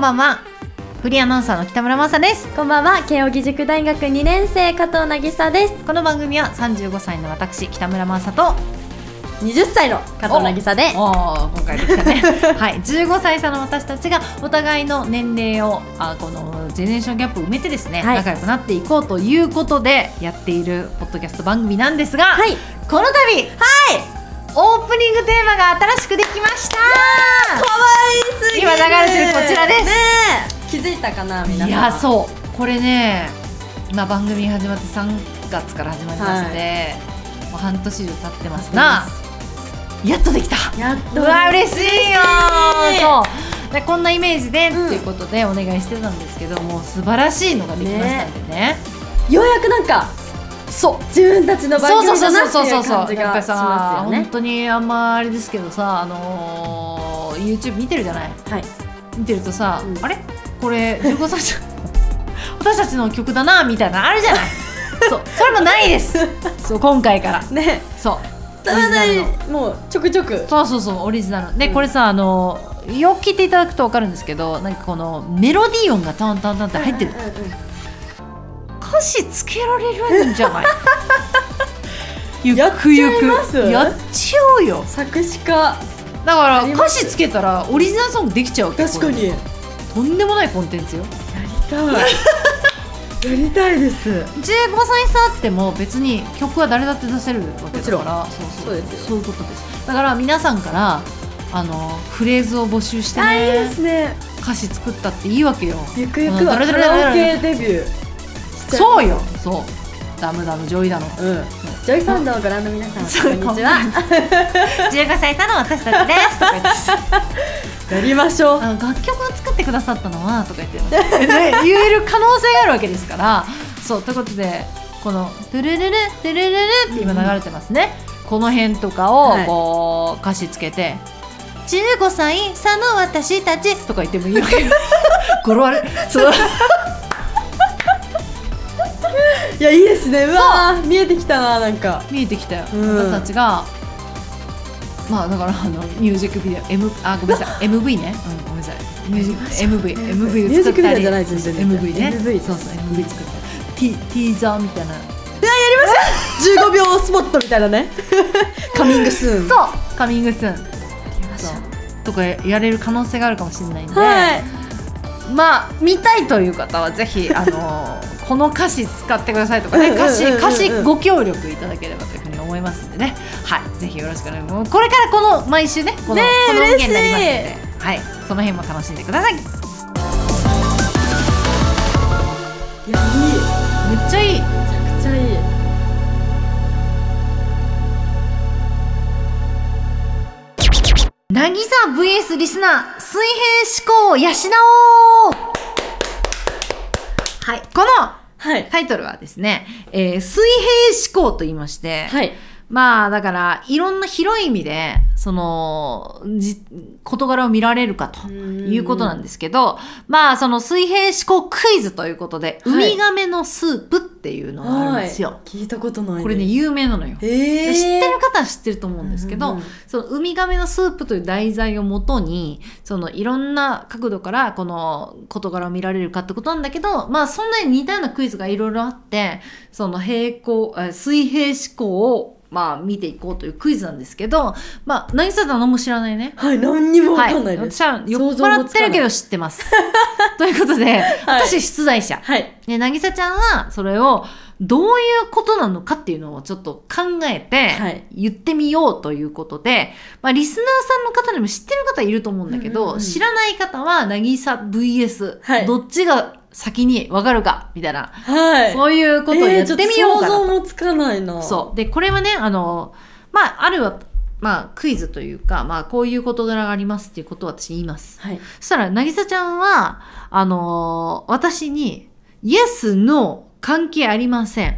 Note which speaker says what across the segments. Speaker 1: ばんはフリーアナウンサーの北村真沙です
Speaker 2: こんばんは慶應義塾大学2年生加藤なぎさです
Speaker 1: この番組は35歳の私北村真沙と
Speaker 2: 20歳の加藤なぎさで
Speaker 1: おー今回できたね はい15歳差の私たちがお互いの年齢をあこのジェネレーションギャップを埋めてですね、
Speaker 2: はい
Speaker 1: 仲良くなっていこうということでやっているポッドキャスト番組なんですが、
Speaker 2: はい
Speaker 1: この度はいオープニングテーマが新しくできました
Speaker 2: 可愛すぎる
Speaker 1: 今流れてるこちらです
Speaker 2: ねえ気づいたかな皆さん
Speaker 1: いやそうこれね、まあ、番組始まって3月から始まりまして、もう半年以上経ってますなやっとできた
Speaker 2: やっ
Speaker 1: う
Speaker 2: と
Speaker 1: わ嬉しいよ
Speaker 2: 嬉しい
Speaker 1: そうでこんなイメージで、
Speaker 2: うん
Speaker 1: っていうことでお願いしてたんですけどもう素晴らしいのができましたんでね
Speaker 2: ようやくなんか
Speaker 1: そう
Speaker 2: 自分たちの番
Speaker 1: そうそう
Speaker 2: 組
Speaker 1: そ
Speaker 2: だ
Speaker 1: う
Speaker 2: なって
Speaker 1: そう
Speaker 2: い
Speaker 1: そう
Speaker 2: う感
Speaker 1: そう
Speaker 2: じ
Speaker 1: やっぱ
Speaker 2: が
Speaker 1: り
Speaker 2: し
Speaker 1: さ、
Speaker 2: ますよ
Speaker 1: 本
Speaker 2: ね
Speaker 1: 当にあんまあれですけどさあのー、YouTube 見てるじゃない
Speaker 2: はい
Speaker 1: 見てるとさ、
Speaker 2: うん
Speaker 1: あれこれ15歳じゃ 私たちの曲だなみたいなのあるじゃ ないそうそれもないですそう今回から
Speaker 2: ね
Speaker 1: そう
Speaker 2: た
Speaker 1: オリジ
Speaker 2: だ
Speaker 1: ナルの
Speaker 2: ねもうちょくちょく
Speaker 1: そうそうそうオリジナルで、
Speaker 2: うん
Speaker 1: これさあのよく聞いていただくと分かるんですけどなんかこのメロディー音がタンタンタンって入ってる、
Speaker 2: うんうんうん
Speaker 1: 歌詞つけられるんじゃないゆ
Speaker 2: やっ
Speaker 1: くゆ
Speaker 2: ちゃいます
Speaker 1: くやっちゃおうよ
Speaker 2: 作詞家
Speaker 1: だから
Speaker 2: あり
Speaker 1: 歌
Speaker 2: ます
Speaker 1: 詞つけたらオリジナルソングできちゃうわけ
Speaker 2: 確かに
Speaker 1: こ
Speaker 2: や
Speaker 1: れとんでもないコンテンツよ
Speaker 2: りたいやりたいです
Speaker 1: 15歳差あっても別に曲は誰だって出せるわけだからそうそう
Speaker 2: そうですよ
Speaker 1: そういうことですだから皆さんからあのフレーズを募集して
Speaker 2: あいいで
Speaker 1: ね
Speaker 2: すね
Speaker 1: 歌詞作ったっていいわけよ
Speaker 2: ゆくゆく
Speaker 1: う
Speaker 2: は
Speaker 1: ん
Speaker 2: カラオケデビューしちゃ
Speaker 1: そうよそうダムダムジョイダの
Speaker 2: うんジョイサウンドをご覧の皆さ
Speaker 1: そうん
Speaker 2: こんにちは
Speaker 1: 15歳差の私たちですとか言って
Speaker 2: やりましょう
Speaker 1: あの楽曲を作ってくださったのはとか言って、ね、言える可能性があるわけですからそうということでこの「トゥルルルトゥルルル」って今流れてますね、この辺とかを
Speaker 2: はい
Speaker 1: こう歌詞つけて「15歳差の私たち」とか言ってもいいわけよ語呂悪いそう
Speaker 2: いやいいですねうわー見えてきたななんか
Speaker 1: 見えてきたよ、
Speaker 2: うん
Speaker 1: 私たちがまあだからあのミュージックビデオ、M、あごめんな さい MV ね、うん、ごめんなさいミュージック MV
Speaker 2: ミュ
Speaker 1: MV
Speaker 2: ー
Speaker 1: を
Speaker 2: ジッ
Speaker 1: 作
Speaker 2: クビ
Speaker 1: った
Speaker 2: デオ
Speaker 1: り
Speaker 2: じゃないです全然
Speaker 1: MV
Speaker 2: MV
Speaker 1: ねそうそう MV 作ったり T ティーザーみたいな
Speaker 2: 15秒スポットみたいな ねカミングスーン
Speaker 1: そうカミングスーン
Speaker 2: そ
Speaker 1: そううとかやれる可能性があるかもしれないんで、
Speaker 2: はい
Speaker 1: まあ見たいという方はぜひあのこの歌詞使ってくださいとかね
Speaker 2: うんうんうん
Speaker 1: 歌
Speaker 2: うん
Speaker 1: 詞歌詞ご協力いただければというふうに思いますんでねはいぜひよろしくお願いしますこれからこの毎週ねこの
Speaker 2: ねえ
Speaker 1: この音源になりますん
Speaker 2: 嬉
Speaker 1: ではいその辺も楽しんでくださいめっ
Speaker 2: いやいいめ
Speaker 1: ちゃいい
Speaker 2: ちゃくちゃいい
Speaker 1: 渚 VS リスナー水平思考を養おうはいこの
Speaker 2: はい
Speaker 1: タイトルはですね、えー水平思考と言いまして、
Speaker 2: はい
Speaker 1: まあだからいろんな広い意味でそのじ事柄を見られるかということなんですけどまあその水平思考クイズということで、
Speaker 2: はい
Speaker 1: ウミガメのスープっていうのがあるんですよ。
Speaker 2: 聞いたことない
Speaker 1: これね有名なのよ。
Speaker 2: え
Speaker 1: で
Speaker 2: ー
Speaker 1: 知ってる方は知ってると思うんですけど、
Speaker 2: うんうんうん
Speaker 1: そのウミガメのスープという題材をもとにそのいろんな角度からこの事柄を見られるかってことなんだけどまあそんなに似たようなクイズがいろいろあってその平行えー水平思考をまあ見ていこうというクイズなんですけどまあ渚さん何も知らないね。
Speaker 2: はい何にもわ
Speaker 1: はい、
Speaker 2: かんないです
Speaker 1: 私は酔っ
Speaker 2: 想像
Speaker 1: 払
Speaker 2: も
Speaker 1: っ
Speaker 2: つか
Speaker 1: て
Speaker 2: ない
Speaker 1: るけど知っ てます。ということで、私出題者。
Speaker 2: はい
Speaker 1: で、なぎさちゃんは、それを、どういうことなのかっていうのをちょっと考え
Speaker 2: は
Speaker 1: て
Speaker 2: い、
Speaker 1: 言ってみようということで、まあ、リスナーさんの方でも知ってる方いると思うんだけど、
Speaker 2: うんうんうん
Speaker 1: 知らない方は、なぎさ VS、
Speaker 2: はい
Speaker 1: どっちが先にわかるか、みたいな、
Speaker 2: はい
Speaker 1: そういうことをやってみよう
Speaker 2: えーちょっと
Speaker 1: かなと
Speaker 2: 想像もつかないな
Speaker 1: そう。で、これはね、あの、まあ、あるわ、まあ、クイズというか、まあ、こういう事柄がありますっていうことを私言います。
Speaker 2: はい
Speaker 1: そしたら、なぎさちゃんは、あのー私に、yes, no, 関係ありません。っ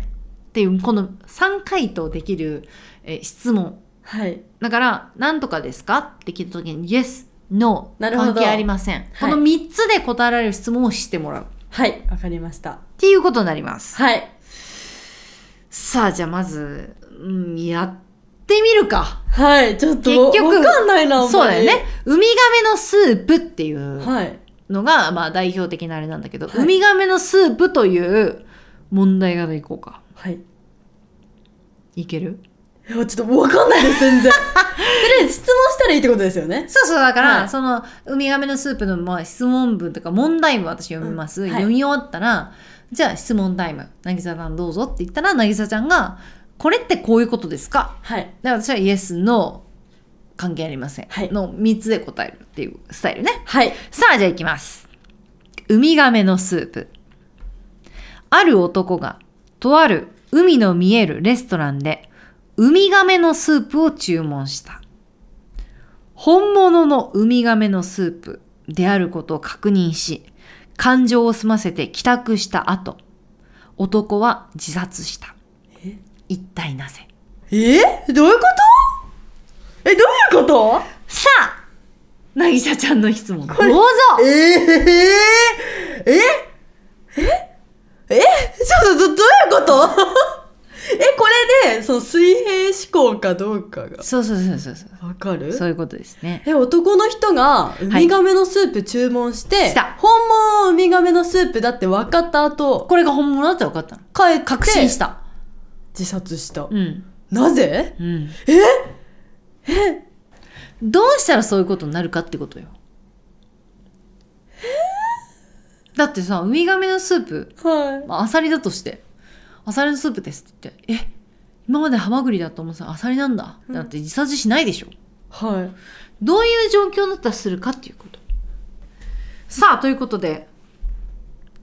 Speaker 1: ていう、この3回答できる、えー質問。
Speaker 2: はい
Speaker 1: だから、なんとかですかって聞いたときに、yes, no,
Speaker 2: なるほど
Speaker 1: 関係ありません。
Speaker 2: はい
Speaker 1: この3つで答えられる質問をしてもらう。っ
Speaker 2: はいわかりました
Speaker 1: ていうことになります。
Speaker 2: はい
Speaker 1: さあ、じゃあまず、うん、やってみるか。
Speaker 2: はいちょっと
Speaker 1: 結局
Speaker 2: わかんないなあんまり
Speaker 1: そうだよね。ウミガメのスープっていう
Speaker 2: はい
Speaker 1: のが、まあ、代表的なあれなんだけど、ウミガメのスープという問題からいこうか。
Speaker 2: はい。
Speaker 1: いける
Speaker 2: いや、ちょっとわかんないです、 全然。とりあえず質問したらいいってことですよね。
Speaker 1: そうそう、だから、
Speaker 2: はい
Speaker 1: その、ウミガメのスープの、まあ、質問文とか問題文私読みます。
Speaker 2: うんはい
Speaker 1: 読み終わったら、じゃあ質問タイム、なぎささんどうぞって言ったら、なぎさちゃんが、これってこういうことですか
Speaker 2: はい。
Speaker 1: だから私はイエス、ノー、関係ありません。
Speaker 2: はい
Speaker 1: の3つで答えるっていうスタイルね。
Speaker 2: はい。
Speaker 1: さあ、じゃあ行きます。ウミガメのスープ。ある男が、とある海の見えるレストランで、ウミガメのスープを注文した。本物のウミガメのスープであることを確認し、感情を済ませて帰宅した後、男は自殺した
Speaker 2: え。
Speaker 1: 一体なぜ
Speaker 2: えどういうことえ、どういうこと
Speaker 1: さあなぎさちゃんの質問どうぞ
Speaker 2: えー、ええええちょっとど、どういうこと え、これで、その水平思考かどうかが。
Speaker 1: そうそうそうそうそう
Speaker 2: わかる
Speaker 1: そういうことですね
Speaker 2: え、男の人がウミガメのスープ注文して、
Speaker 1: した
Speaker 2: 本物のウミガメのスープだって分かった後、
Speaker 1: これが本物だって分かったの
Speaker 2: 帰って
Speaker 1: 確信した
Speaker 2: 自殺した。
Speaker 1: うん
Speaker 2: なぜ
Speaker 1: うん
Speaker 2: え
Speaker 1: どうしたらそういうことになるかってことよだってさウミガメのスープ、
Speaker 2: はい。
Speaker 1: まあ、アサリだとしてアサリのスープですって言ってえ今までハマグリだと思ってたアサリなんだだって自殺しないでしょ、
Speaker 2: はい。
Speaker 1: どういう状況だったらするかっていうこと。さあ、ということで、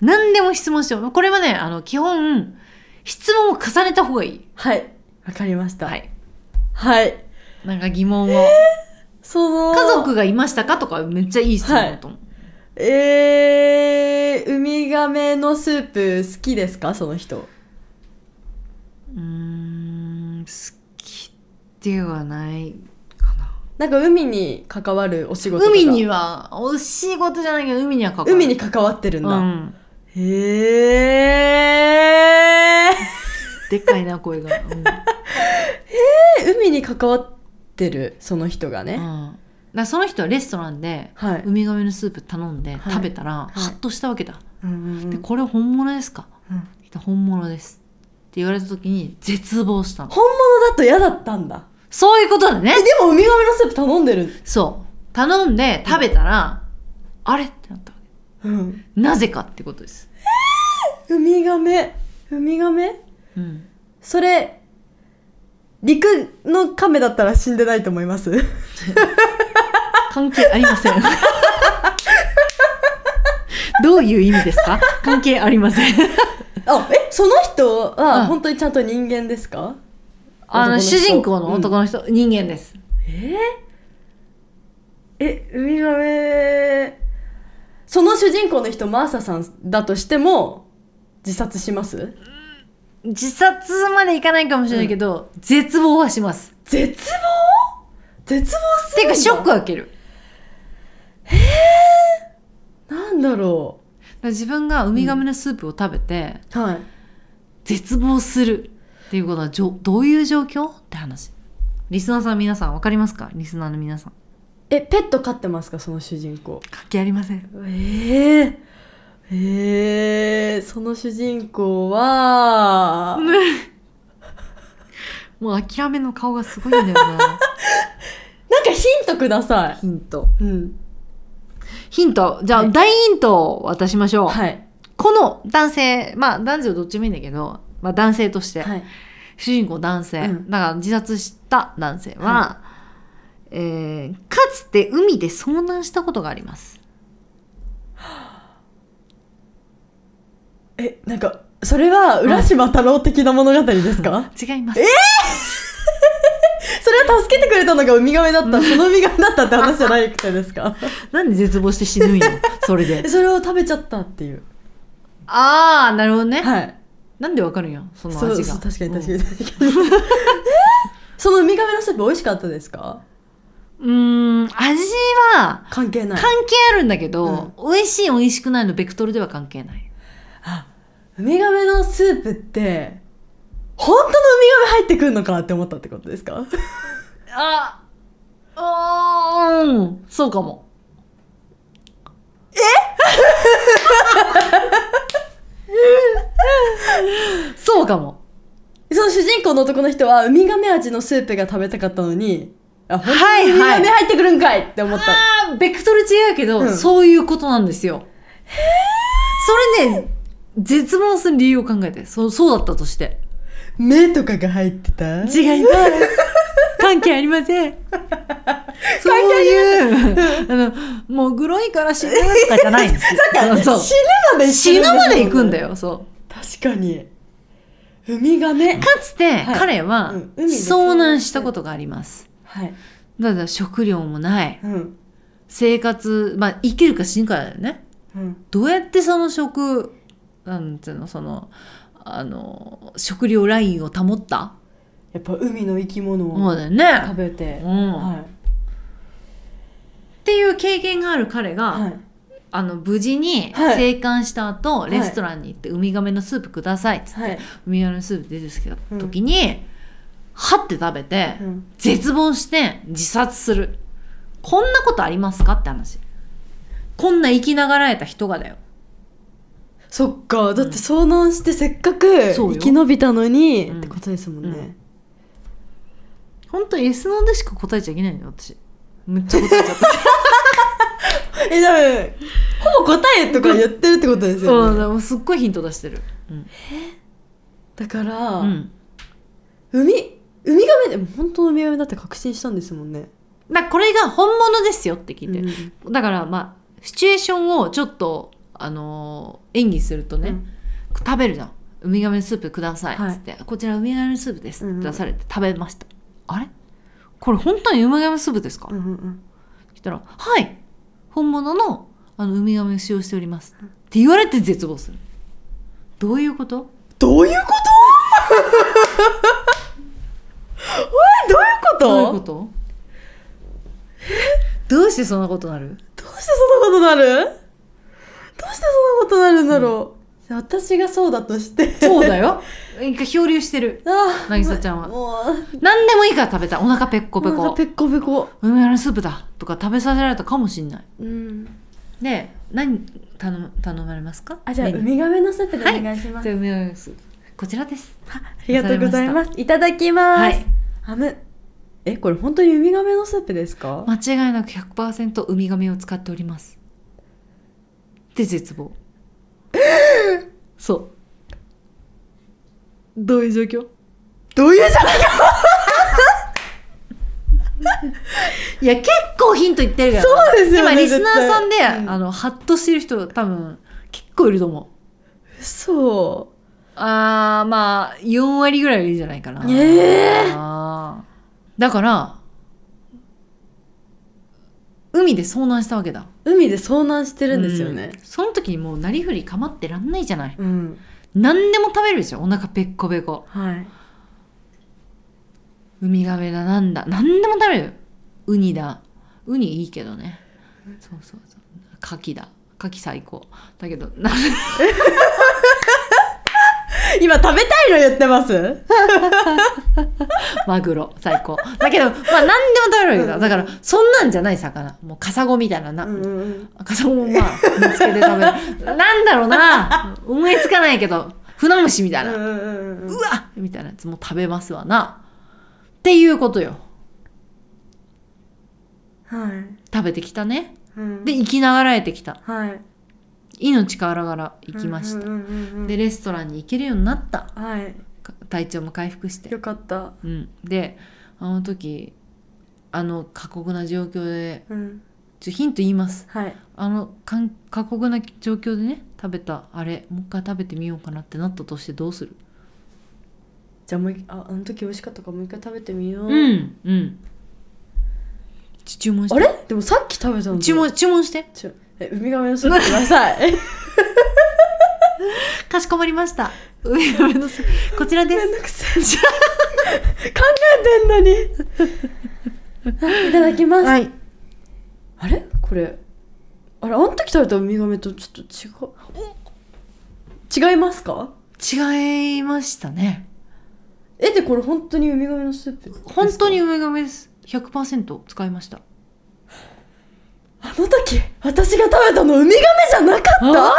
Speaker 1: 何でも質問しても、これはね、あの、基本、質問を重ねた方がいい。
Speaker 2: はい。わかりました。
Speaker 1: はい。
Speaker 2: はい。
Speaker 1: なんか疑問を。
Speaker 2: その、
Speaker 1: 家族がいましたかとかめっちゃいい質問だと思う。
Speaker 2: えー、ウミガメのスープ好きですかその人。
Speaker 1: うーん、好きではないかな。
Speaker 2: なんか海に関わるお仕事とか
Speaker 1: 海には、お仕事じゃないけど、海には関わる。
Speaker 2: 海に関わってるんだ。
Speaker 1: うん。
Speaker 2: へー。
Speaker 1: でっかいな、声が。うん。
Speaker 2: え海に関わってるその人がね。
Speaker 1: うん、だからその人はレストランで、
Speaker 2: はい。
Speaker 1: ウミガメのスープ頼んで
Speaker 2: はい
Speaker 1: 食べたら、はいっとしたわけだ、
Speaker 2: うん
Speaker 1: でこれ本物ですか
Speaker 2: うん
Speaker 1: 本物ですって言われた時に絶望したの
Speaker 2: 本物だと嫌だったんだ。
Speaker 1: そういうことだね
Speaker 2: え、でもウミガメのスープ頼んでる。
Speaker 1: そう頼んで食べたら、あれってなったわ
Speaker 2: うん。
Speaker 1: けなぜかってことです、
Speaker 2: ウミガメ。ウミガメ
Speaker 1: うん、
Speaker 2: それ、陸の亀だったら死んでないと思います。
Speaker 1: 関係ありません どういう意味ですか関係ありません
Speaker 2: あ、 え、その人
Speaker 1: うん
Speaker 2: は本当にちゃんと人間ですか
Speaker 1: あの
Speaker 2: 男人
Speaker 1: 主人公の男の人、人間です
Speaker 2: えーえ、ウミガメ、その主人公の人、マーサさんだとしても、自殺します
Speaker 1: 自殺までいかないかもしれないけど、絶望はします
Speaker 2: 絶望絶望する
Speaker 1: て
Speaker 2: んだ
Speaker 1: かショックは受ける
Speaker 2: なんだろ
Speaker 1: だから自分がウミガメのスープを食べて、
Speaker 2: う。はい。
Speaker 1: 絶望するっていうことはじょどういう状況って話リスナーさん皆さん分かりますかリスナーの皆さん
Speaker 2: え、ペット飼ってますかその主人公。
Speaker 1: 関係ありません
Speaker 2: ええええその主人公は、
Speaker 1: もう諦めの顔がすごいんだよな
Speaker 2: なんかヒントください。
Speaker 1: ヒント
Speaker 2: うん。
Speaker 1: ヒントじゃあ、
Speaker 2: はい
Speaker 1: 大ヒントを渡しましょう、
Speaker 2: はい。
Speaker 1: この男性まあ男女どっちもいいんだけど、まあ、男性として、
Speaker 2: はい。
Speaker 1: 主人公男性、
Speaker 2: うん
Speaker 1: だから自殺した男性は、えーかつて海で遭難したことがあります
Speaker 2: え、なんか、それは、浦島太郎的な物語です か
Speaker 1: 違います
Speaker 2: それは助けてくれたのがウミガメだ った、そのウミガメだったって話じゃないくてですか
Speaker 1: なんで絶望して死 ぬんよそれで
Speaker 2: えそれを食べちゃったっていう。
Speaker 1: ああなるほどね、
Speaker 2: はい。
Speaker 1: なんでわかるんやその
Speaker 2: そう
Speaker 1: 味
Speaker 2: そ
Speaker 1: が
Speaker 2: う、確かに確か
Speaker 1: に
Speaker 2: に確 かに。えーそのウミガメのスープ美味しかったですか
Speaker 1: うんうーん味は
Speaker 2: 関係ない
Speaker 1: 関。係あるんだけど、美味しい美味しくないのベクトルでは関係ない
Speaker 2: ウミガメのスープって、本当のウミガメ入ってくんのかって思ったってことです か
Speaker 1: あうーんそうかも そうかも。
Speaker 2: その主人公の男の人は、ウミガメ味のスープが食べたかったのに、あ、本当にウミガメ入ってくるんかいって思った。
Speaker 1: あーベクトル違うけど、
Speaker 2: うん
Speaker 1: そういうことなんですよ。それね、絶望する理由を考えて。そう、そうだったとして。
Speaker 2: 目とかが入ってた
Speaker 1: 違います。 関係ありません。そういう、あの、もうグロいから死ぬとかじゃないんですよ。 そう
Speaker 2: 死
Speaker 1: そ
Speaker 2: ぬまで
Speaker 1: う。死ぬまで行くんだ
Speaker 2: よ。
Speaker 1: よ、そう。
Speaker 2: 確かに。ウミガメ。
Speaker 1: かつて
Speaker 2: はい
Speaker 1: 彼は
Speaker 2: うん海で
Speaker 1: 遭難したことがあります。
Speaker 2: はい。
Speaker 1: ただ食料もない。
Speaker 2: うん。
Speaker 1: 生活、まあ生きるか死ぬかだよね。
Speaker 2: うん。
Speaker 1: どうやってその食、なんていうの、その、あの、食料ラインを保った
Speaker 2: やっぱ海の生き物
Speaker 1: そ
Speaker 2: を
Speaker 1: うだよ
Speaker 2: 食
Speaker 1: ね。
Speaker 2: べて。
Speaker 1: うん
Speaker 2: はい。
Speaker 1: っていう経験がある彼が、
Speaker 2: はい。
Speaker 1: あの無事に
Speaker 2: はい
Speaker 1: 生還した後、
Speaker 2: い
Speaker 1: レストランに行って「ウミガメのスープください」っつって、
Speaker 2: はい。
Speaker 1: ウミガメのスープ出てきた
Speaker 2: うん
Speaker 1: 時に、はって食べて、
Speaker 2: うん
Speaker 1: 絶望して自殺するこんなことありますかって話こんな生きながらえた人がだよ、
Speaker 2: そっか。だって遭難してせっかく
Speaker 1: そう
Speaker 2: 生
Speaker 1: よ
Speaker 2: き延びたのに、
Speaker 1: うん
Speaker 2: ってことですもんね。
Speaker 1: ほんと S なんでしか答えちゃいけないのよ私めっちゃ答えちゃった
Speaker 2: え、多分、ほぼ答えとか言ってるってことです
Speaker 1: う
Speaker 2: よ
Speaker 1: ん
Speaker 2: ね。
Speaker 1: でもすっごいヒント出してるうん、
Speaker 2: だから、
Speaker 1: うん、
Speaker 2: 海、ウミガメでも本当のウミガメだって確信したんですもんね。
Speaker 1: だからこれが本物ですよって聞いて、
Speaker 2: うん
Speaker 1: だからまあシチュエーションをちょっとあのー演技するとね、
Speaker 2: うん
Speaker 1: 食べるじゃん「ウミガメスープください」
Speaker 2: はい
Speaker 1: つって、こちらウミガメスープです」
Speaker 2: うんうん
Speaker 1: って出されて食べました、あれこれ本当にウミガメスープですか、
Speaker 2: うんうんうん。
Speaker 1: 来たら「はい本物のあのウミガメを使用しております」って言われて絶望するどういうこと
Speaker 2: どういうこと おいどう
Speaker 1: どう
Speaker 2: いう
Speaker 1: いう
Speaker 2: こと
Speaker 1: ことどうしてそんなことなる
Speaker 2: どうしてそんなことなるどうしてそんなことなるんだろう、私がそうだとして
Speaker 1: そうだ
Speaker 2: よ
Speaker 1: よ一回漂流してる
Speaker 2: ああ
Speaker 1: 渚ちゃんは
Speaker 2: もう
Speaker 1: 何でもいいから食べたいお腹ペッコペ
Speaker 2: なんか
Speaker 1: コ
Speaker 2: ペッコペコ
Speaker 1: ウミガメスープだとか食べさせられたかもしんない
Speaker 2: うん
Speaker 1: で何頼む頼まれますか
Speaker 2: あじゃあウ
Speaker 1: メニュー
Speaker 2: ミガメのスープでお願いします、
Speaker 1: じゃあウミガメスープこちらです
Speaker 2: あありがとうございますいただきます、
Speaker 1: はい
Speaker 2: あむえこれ本当にウミガメのスープですか、
Speaker 1: 間違いなく100%ウミガメを使っておりますで絶望そうどういう状況
Speaker 2: どういうじゃ
Speaker 1: いや結構ヒント言ってるから
Speaker 2: そうですよね
Speaker 1: 今リスナーさんで、
Speaker 2: 絶対うん
Speaker 1: あのハッとしてる人多分結構いると思う
Speaker 2: 嘘
Speaker 1: あーまあ4割ぐらいはいるんじゃないかな
Speaker 2: ええ
Speaker 1: あーだから海で遭難したわけだ
Speaker 2: 海で遭難してるんですよね
Speaker 1: うんその時にもうなりふり構ってらんないじゃない
Speaker 2: うん、
Speaker 1: 何でも食べるでしょお腹ペッコペコ
Speaker 2: はい
Speaker 1: ウミガメだなんだ何でも食べるウニだウニいいけどねそうそうそうカキだカキ最高だけど な
Speaker 2: 今食べたいの言ってます
Speaker 1: マグロ最高だけどまあ何でも食べるわけ
Speaker 2: う
Speaker 1: だ
Speaker 2: ん
Speaker 1: だからそんなんじゃない魚もうカサゴみたいなな、
Speaker 2: ん
Speaker 1: 赤ちゃんもまあ見つけて食べるなんだろうな思いつかないけど船虫みたいな、
Speaker 2: う
Speaker 1: う
Speaker 2: んうん
Speaker 1: わみたいなやつも食べますわなっていうことよ
Speaker 2: はい
Speaker 1: 食べてきたね
Speaker 2: うん
Speaker 1: で生きながらえてきた
Speaker 2: はい
Speaker 1: 命からがら生きました、
Speaker 2: うんうんうんうん
Speaker 1: でレストランに行けるようになった
Speaker 2: はい
Speaker 1: か体調も回復して、
Speaker 2: よかった
Speaker 1: うん、であの時あの過酷な状況で
Speaker 2: うん
Speaker 1: ちょヒント言います
Speaker 2: はい
Speaker 1: あのかん過酷な状況でね食べたあれもう一回食べてみようかなってなったとしてどうする
Speaker 2: じゃあもう一ああの時美味しかったからもう一回食べてみよう、
Speaker 1: うんうんち注文して
Speaker 2: あれでもさっき食べたの
Speaker 1: 注文注文して
Speaker 2: ちょえウミガメのスープくださ い
Speaker 1: かしこまりました上上のすこちらで
Speaker 2: めん
Speaker 1: す
Speaker 2: どくさい考えてんのにいただきます、
Speaker 1: はい
Speaker 2: あれこれあれあの時食べたウミガメとちょっと違う違いますか
Speaker 1: 違いましたね
Speaker 2: えでこれ本当にウミガメのスープですか
Speaker 1: 本当に梅亀です100%使いました
Speaker 2: あの時私が食べたのウミガメじゃなかった
Speaker 1: あ
Speaker 2: じゃあ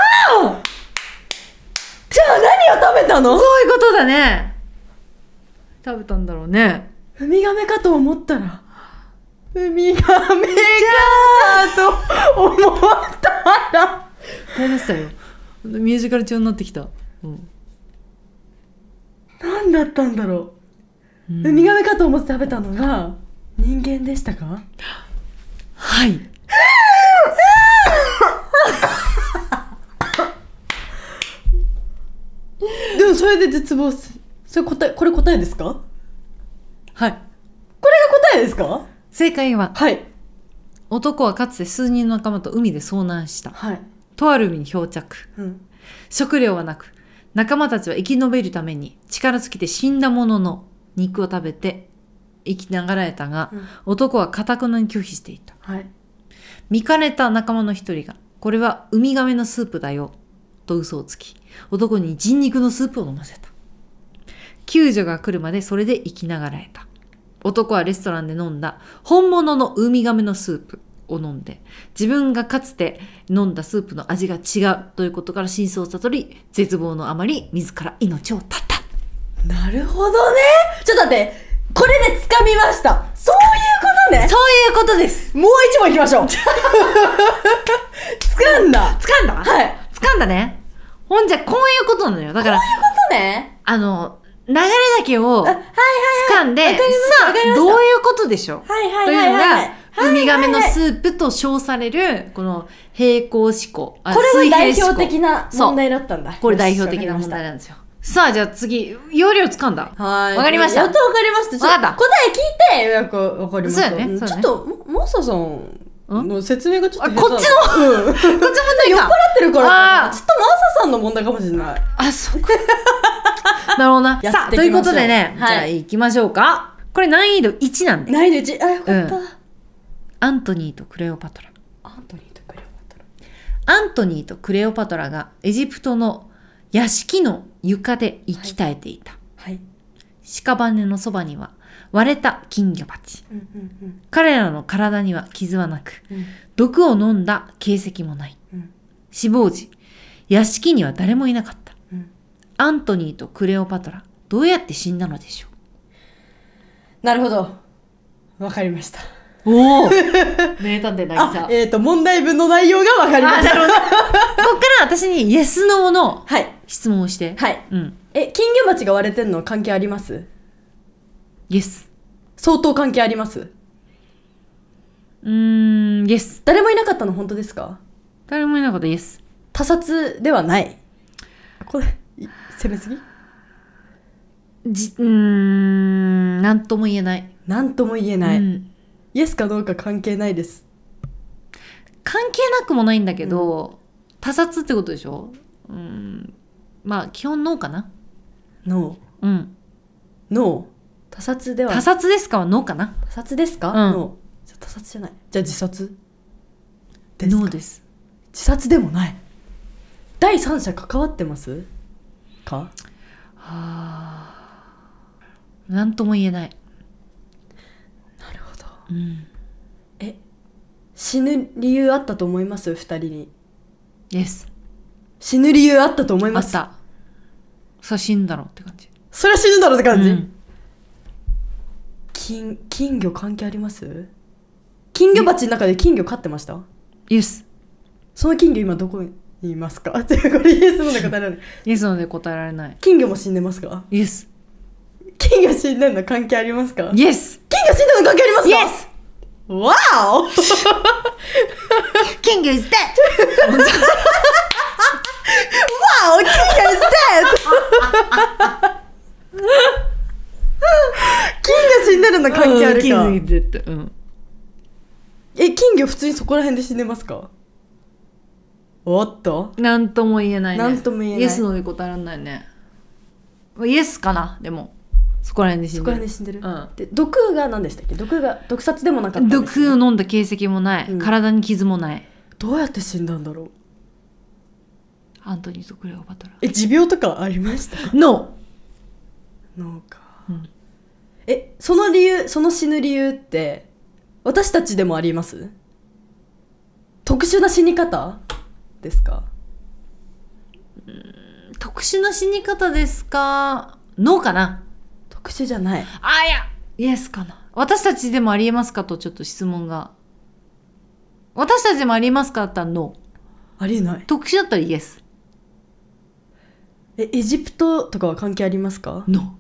Speaker 2: 何を食べたの
Speaker 1: そういうことそうだね食べたんだろうね
Speaker 2: ウミガメかと思ったら、ウミガメかと思ったら、
Speaker 1: 食べましたよミュージカル調になってきた、うん
Speaker 2: 何だったんだろ
Speaker 1: う
Speaker 2: う。
Speaker 1: ん
Speaker 2: ウミガメかと思って食べたのが、人間でしたか
Speaker 1: はい
Speaker 2: でもそれで絶望す。それ答え、これ答えですかこ
Speaker 1: はい
Speaker 2: れが答えですか
Speaker 1: 正解は
Speaker 2: はい。
Speaker 1: 男はかつて数人の仲間と海で遭難した
Speaker 2: はい。
Speaker 1: とある海に漂着
Speaker 2: うん。
Speaker 1: 食料はなく仲間たちは生き延びるために力尽きて死んだものの肉を食べて生きながらえたが、
Speaker 2: うん
Speaker 1: 男はかたくなに拒否していた
Speaker 2: はい。
Speaker 1: 見かねた仲間の一人が「これはウミガメのスープだよ」と嘘をつき男に人肉のスープを飲ませた救助が来るまでそれで生きながらえた男はレストランで飲んだ本物のウミガメのスープを飲んで自分がかつて飲んだスープの味が違うということから真相を悟り絶望のあまり自ら命を絶った
Speaker 2: なるほどね。ちょっと待って。これで掴みました。そういうことね。
Speaker 1: そういうことです
Speaker 2: もう一問いきま しょう。掴んだ。
Speaker 1: 掴んだ
Speaker 2: はい。こ
Speaker 1: 掴んだねほんじゃこういうことなのよだから
Speaker 2: とね。
Speaker 1: あの、流れだけを
Speaker 2: あはい
Speaker 1: 掴んで、
Speaker 2: わかりました
Speaker 1: さ
Speaker 2: わかりま
Speaker 1: あ、
Speaker 2: した
Speaker 1: どういうことでしょう
Speaker 2: はいは
Speaker 1: と
Speaker 2: い
Speaker 1: い
Speaker 2: は
Speaker 1: う
Speaker 2: い
Speaker 1: の
Speaker 2: はい。
Speaker 1: が、ウミガメのスープと称される、この平行思考。あ
Speaker 2: これが代
Speaker 1: 水平思
Speaker 2: 表
Speaker 1: 考
Speaker 2: 的な
Speaker 1: そう
Speaker 2: 問題だったんだ。
Speaker 1: これ代表的な問題なんですよ。さあ、じゃあ次、容量掴ん だ。
Speaker 2: はい
Speaker 1: わかりました
Speaker 2: やっとわかりました。ちょ
Speaker 1: わかった
Speaker 2: 答え聞いて、ようやくわかりました。
Speaker 1: そうやね
Speaker 2: ん
Speaker 1: そう
Speaker 2: ち
Speaker 1: や
Speaker 2: ょっ
Speaker 1: ね
Speaker 2: と、もマサさんの説明がちょっと
Speaker 1: あこっち
Speaker 2: の、うん。酔っ払っ
Speaker 1: こっちもなんか。
Speaker 2: てるから
Speaker 1: あ
Speaker 2: か
Speaker 1: ー
Speaker 2: な、ちょっとマサさんの問題かもしれない。
Speaker 1: あ、そうか。なるほどな。
Speaker 2: や
Speaker 1: さ
Speaker 2: っ
Speaker 1: あ、
Speaker 2: ていきましょう
Speaker 1: ということで
Speaker 2: はい
Speaker 1: ね、じゃあ行きましょうか。これ難易度1なんで。
Speaker 2: 難易度1、あ、よかった。
Speaker 1: うアントニーとクレオパトラ。
Speaker 2: アントニーとクレオパトラ。
Speaker 1: アントニーとクレオパトラがエジプトの屋敷の床で息絶えていた。
Speaker 2: はい。
Speaker 1: 屍のそばには割れた金魚鉢。
Speaker 2: うんうん
Speaker 1: 彼らの体には傷はなく、
Speaker 2: うん。
Speaker 1: 毒を飲んだ形跡もない。
Speaker 2: うん
Speaker 1: 死亡時、屋敷には誰もいなかった。
Speaker 2: うん
Speaker 1: アントニーとクレオパトラ、どうやって死んだのでしょ
Speaker 2: なるほど。わかりました。
Speaker 1: うおお 名探偵な
Speaker 2: あ、えっ、と、問題文の内容がわかりま
Speaker 1: あ、
Speaker 2: し
Speaker 1: な
Speaker 2: た。
Speaker 1: るほど。 こっから私にイエスノーの
Speaker 2: はい。
Speaker 1: 質問をして。
Speaker 2: はい。
Speaker 1: うん。
Speaker 2: え、金魚鉢が割れてんの関係あります
Speaker 1: イエス。
Speaker 2: 相当関係あります
Speaker 1: うーん、イエス。
Speaker 2: 誰もいなかったの本当ですか
Speaker 1: 誰もいなかったイエス。
Speaker 2: 他殺ではない。これ、い攻めすぎ
Speaker 1: じ、うーん、なんとも言えない。
Speaker 2: なんとも言えない、
Speaker 1: うん
Speaker 2: イエスかどうか関係ないです。
Speaker 1: 関係なくもないんだけど、他殺ってことでしょうん。まあ、基本ノーかな。
Speaker 2: ノ
Speaker 1: うん。
Speaker 2: ー。ノー。他殺では
Speaker 1: 他殺ですかはノーかな。
Speaker 2: 他殺ですか、
Speaker 1: ん
Speaker 2: ノー。じゃあ他殺じゃない。じゃあ自殺ですか
Speaker 1: ノーです。
Speaker 2: 自殺でもない。第三者関わってますか
Speaker 1: はあ。なんとも言えない。
Speaker 2: なるほど。
Speaker 1: うん。
Speaker 2: 死ぬ理由あったと思います二人に。
Speaker 1: イエス。
Speaker 2: 死ぬ理由あったと思い
Speaker 1: あ
Speaker 2: ま
Speaker 1: っ
Speaker 2: す
Speaker 1: た。さあ死んだろうって感じ。
Speaker 2: それは死ぬだろって感じ、
Speaker 1: うん
Speaker 2: 金金魚関係あります金魚鉢の中で金魚飼ってました
Speaker 1: イエス。
Speaker 2: その金魚今どこにいますか っていうこれイエスの答えなの
Speaker 1: イエスなので答えられない。
Speaker 2: 金魚も死んでますか
Speaker 1: イエス。
Speaker 2: 金魚死んでんの関係ありますか金
Speaker 1: イエス。
Speaker 2: 魚死んでんの関係あります
Speaker 1: イ
Speaker 2: か
Speaker 1: エス。
Speaker 2: わーお
Speaker 1: キング is dead!
Speaker 2: あお金魚死んで金魚死んでるの関係あるか、
Speaker 1: キング is dead. うん。
Speaker 2: え金魚普通にそこら辺で死んでますかおっと
Speaker 1: なんとも言えないね。
Speaker 2: なんとも言えない
Speaker 1: イエスので答えられないね。イエスかな、でも。そこら辺で死
Speaker 2: そ
Speaker 1: ん
Speaker 2: こ
Speaker 1: で
Speaker 2: ら
Speaker 1: る
Speaker 2: 辺で死んでる、
Speaker 1: うん
Speaker 2: で毒が何でしたっけ毒が毒殺でもなかったんです
Speaker 1: 毒を飲んだ形跡もない、
Speaker 2: うん
Speaker 1: 体に傷もない。
Speaker 2: どうやって死んだんだろう
Speaker 1: アントニーとクレオパトラ。
Speaker 2: え持病とかありました
Speaker 1: No!
Speaker 2: 脳か、
Speaker 1: うん
Speaker 2: えその理由その死ぬ理由って私たちでもあります特殊な死に方ですか
Speaker 1: 特殊な死に方ですかノーかな
Speaker 2: 特殊じゃない。
Speaker 1: あいやイエスかな私たちでもありえますかとちょっと質問が私たちでもありえますかだったらノー
Speaker 2: ありえない。
Speaker 1: 特殊だったらイエス
Speaker 2: え、エジプトとかは関係ありますか
Speaker 1: ノ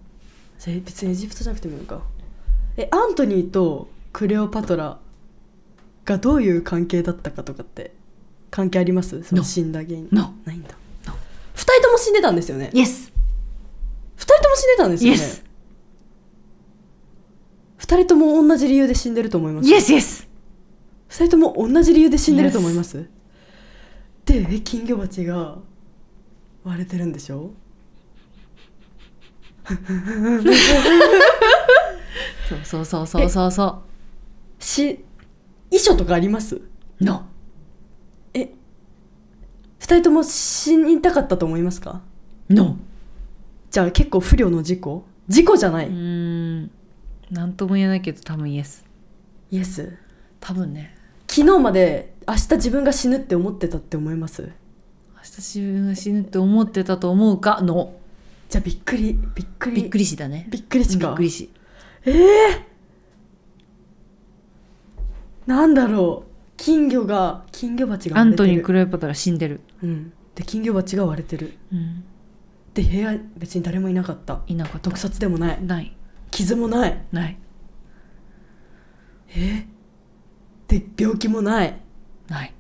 Speaker 2: じゃあ別にエジプトじゃなくてもいいのか。え、アントニーとクレオパトラがどういう関係だったかとかって関係ありますその
Speaker 1: No
Speaker 2: 死んだ原因。
Speaker 1: ーノ
Speaker 2: ないんだ。
Speaker 1: No
Speaker 2: 二人とも死んでたんですよね
Speaker 1: ー。イエス
Speaker 2: 二人とも死んでたんです
Speaker 1: イ
Speaker 2: よ
Speaker 1: エ
Speaker 2: ね。
Speaker 1: ス
Speaker 2: 二人とも同じ理由で死んでると思います。
Speaker 1: イエスイエス
Speaker 2: 二人とも同じ理由で死んでると思います、でえ金魚鉢が割れてるんでしょ
Speaker 1: そうそうそうそうそうそ
Speaker 2: し遺書とかあります
Speaker 1: うノ
Speaker 2: え二人とも死にたかったと思いますか
Speaker 1: ーノ
Speaker 2: じゃあ結構不慮の事故事故じゃない、
Speaker 1: ーうーんなんとも言えないけど多分イエス
Speaker 2: イエス
Speaker 1: 多分ね
Speaker 2: 昨日まで明日自分が死ぬって思ってたって思います
Speaker 1: 明日自分が死ぬって思ってたと思うかの
Speaker 2: じゃあびっくりびっくり
Speaker 1: びっくりしだね
Speaker 2: びっくりし
Speaker 1: び
Speaker 2: か
Speaker 1: っくりし
Speaker 2: ええなんだろう金魚が金魚鉢が
Speaker 1: ア
Speaker 2: 割れ
Speaker 1: ン
Speaker 2: て
Speaker 1: ト
Speaker 2: る
Speaker 1: ニー・クレオパトラ死んでる、
Speaker 2: うん、で金魚鉢が割れてる
Speaker 1: うん、
Speaker 2: で部屋別に誰もいなかった
Speaker 1: いなかった
Speaker 2: 毒殺でもない
Speaker 1: ない
Speaker 2: 傷もない
Speaker 1: ない
Speaker 2: えで病気もない
Speaker 1: ない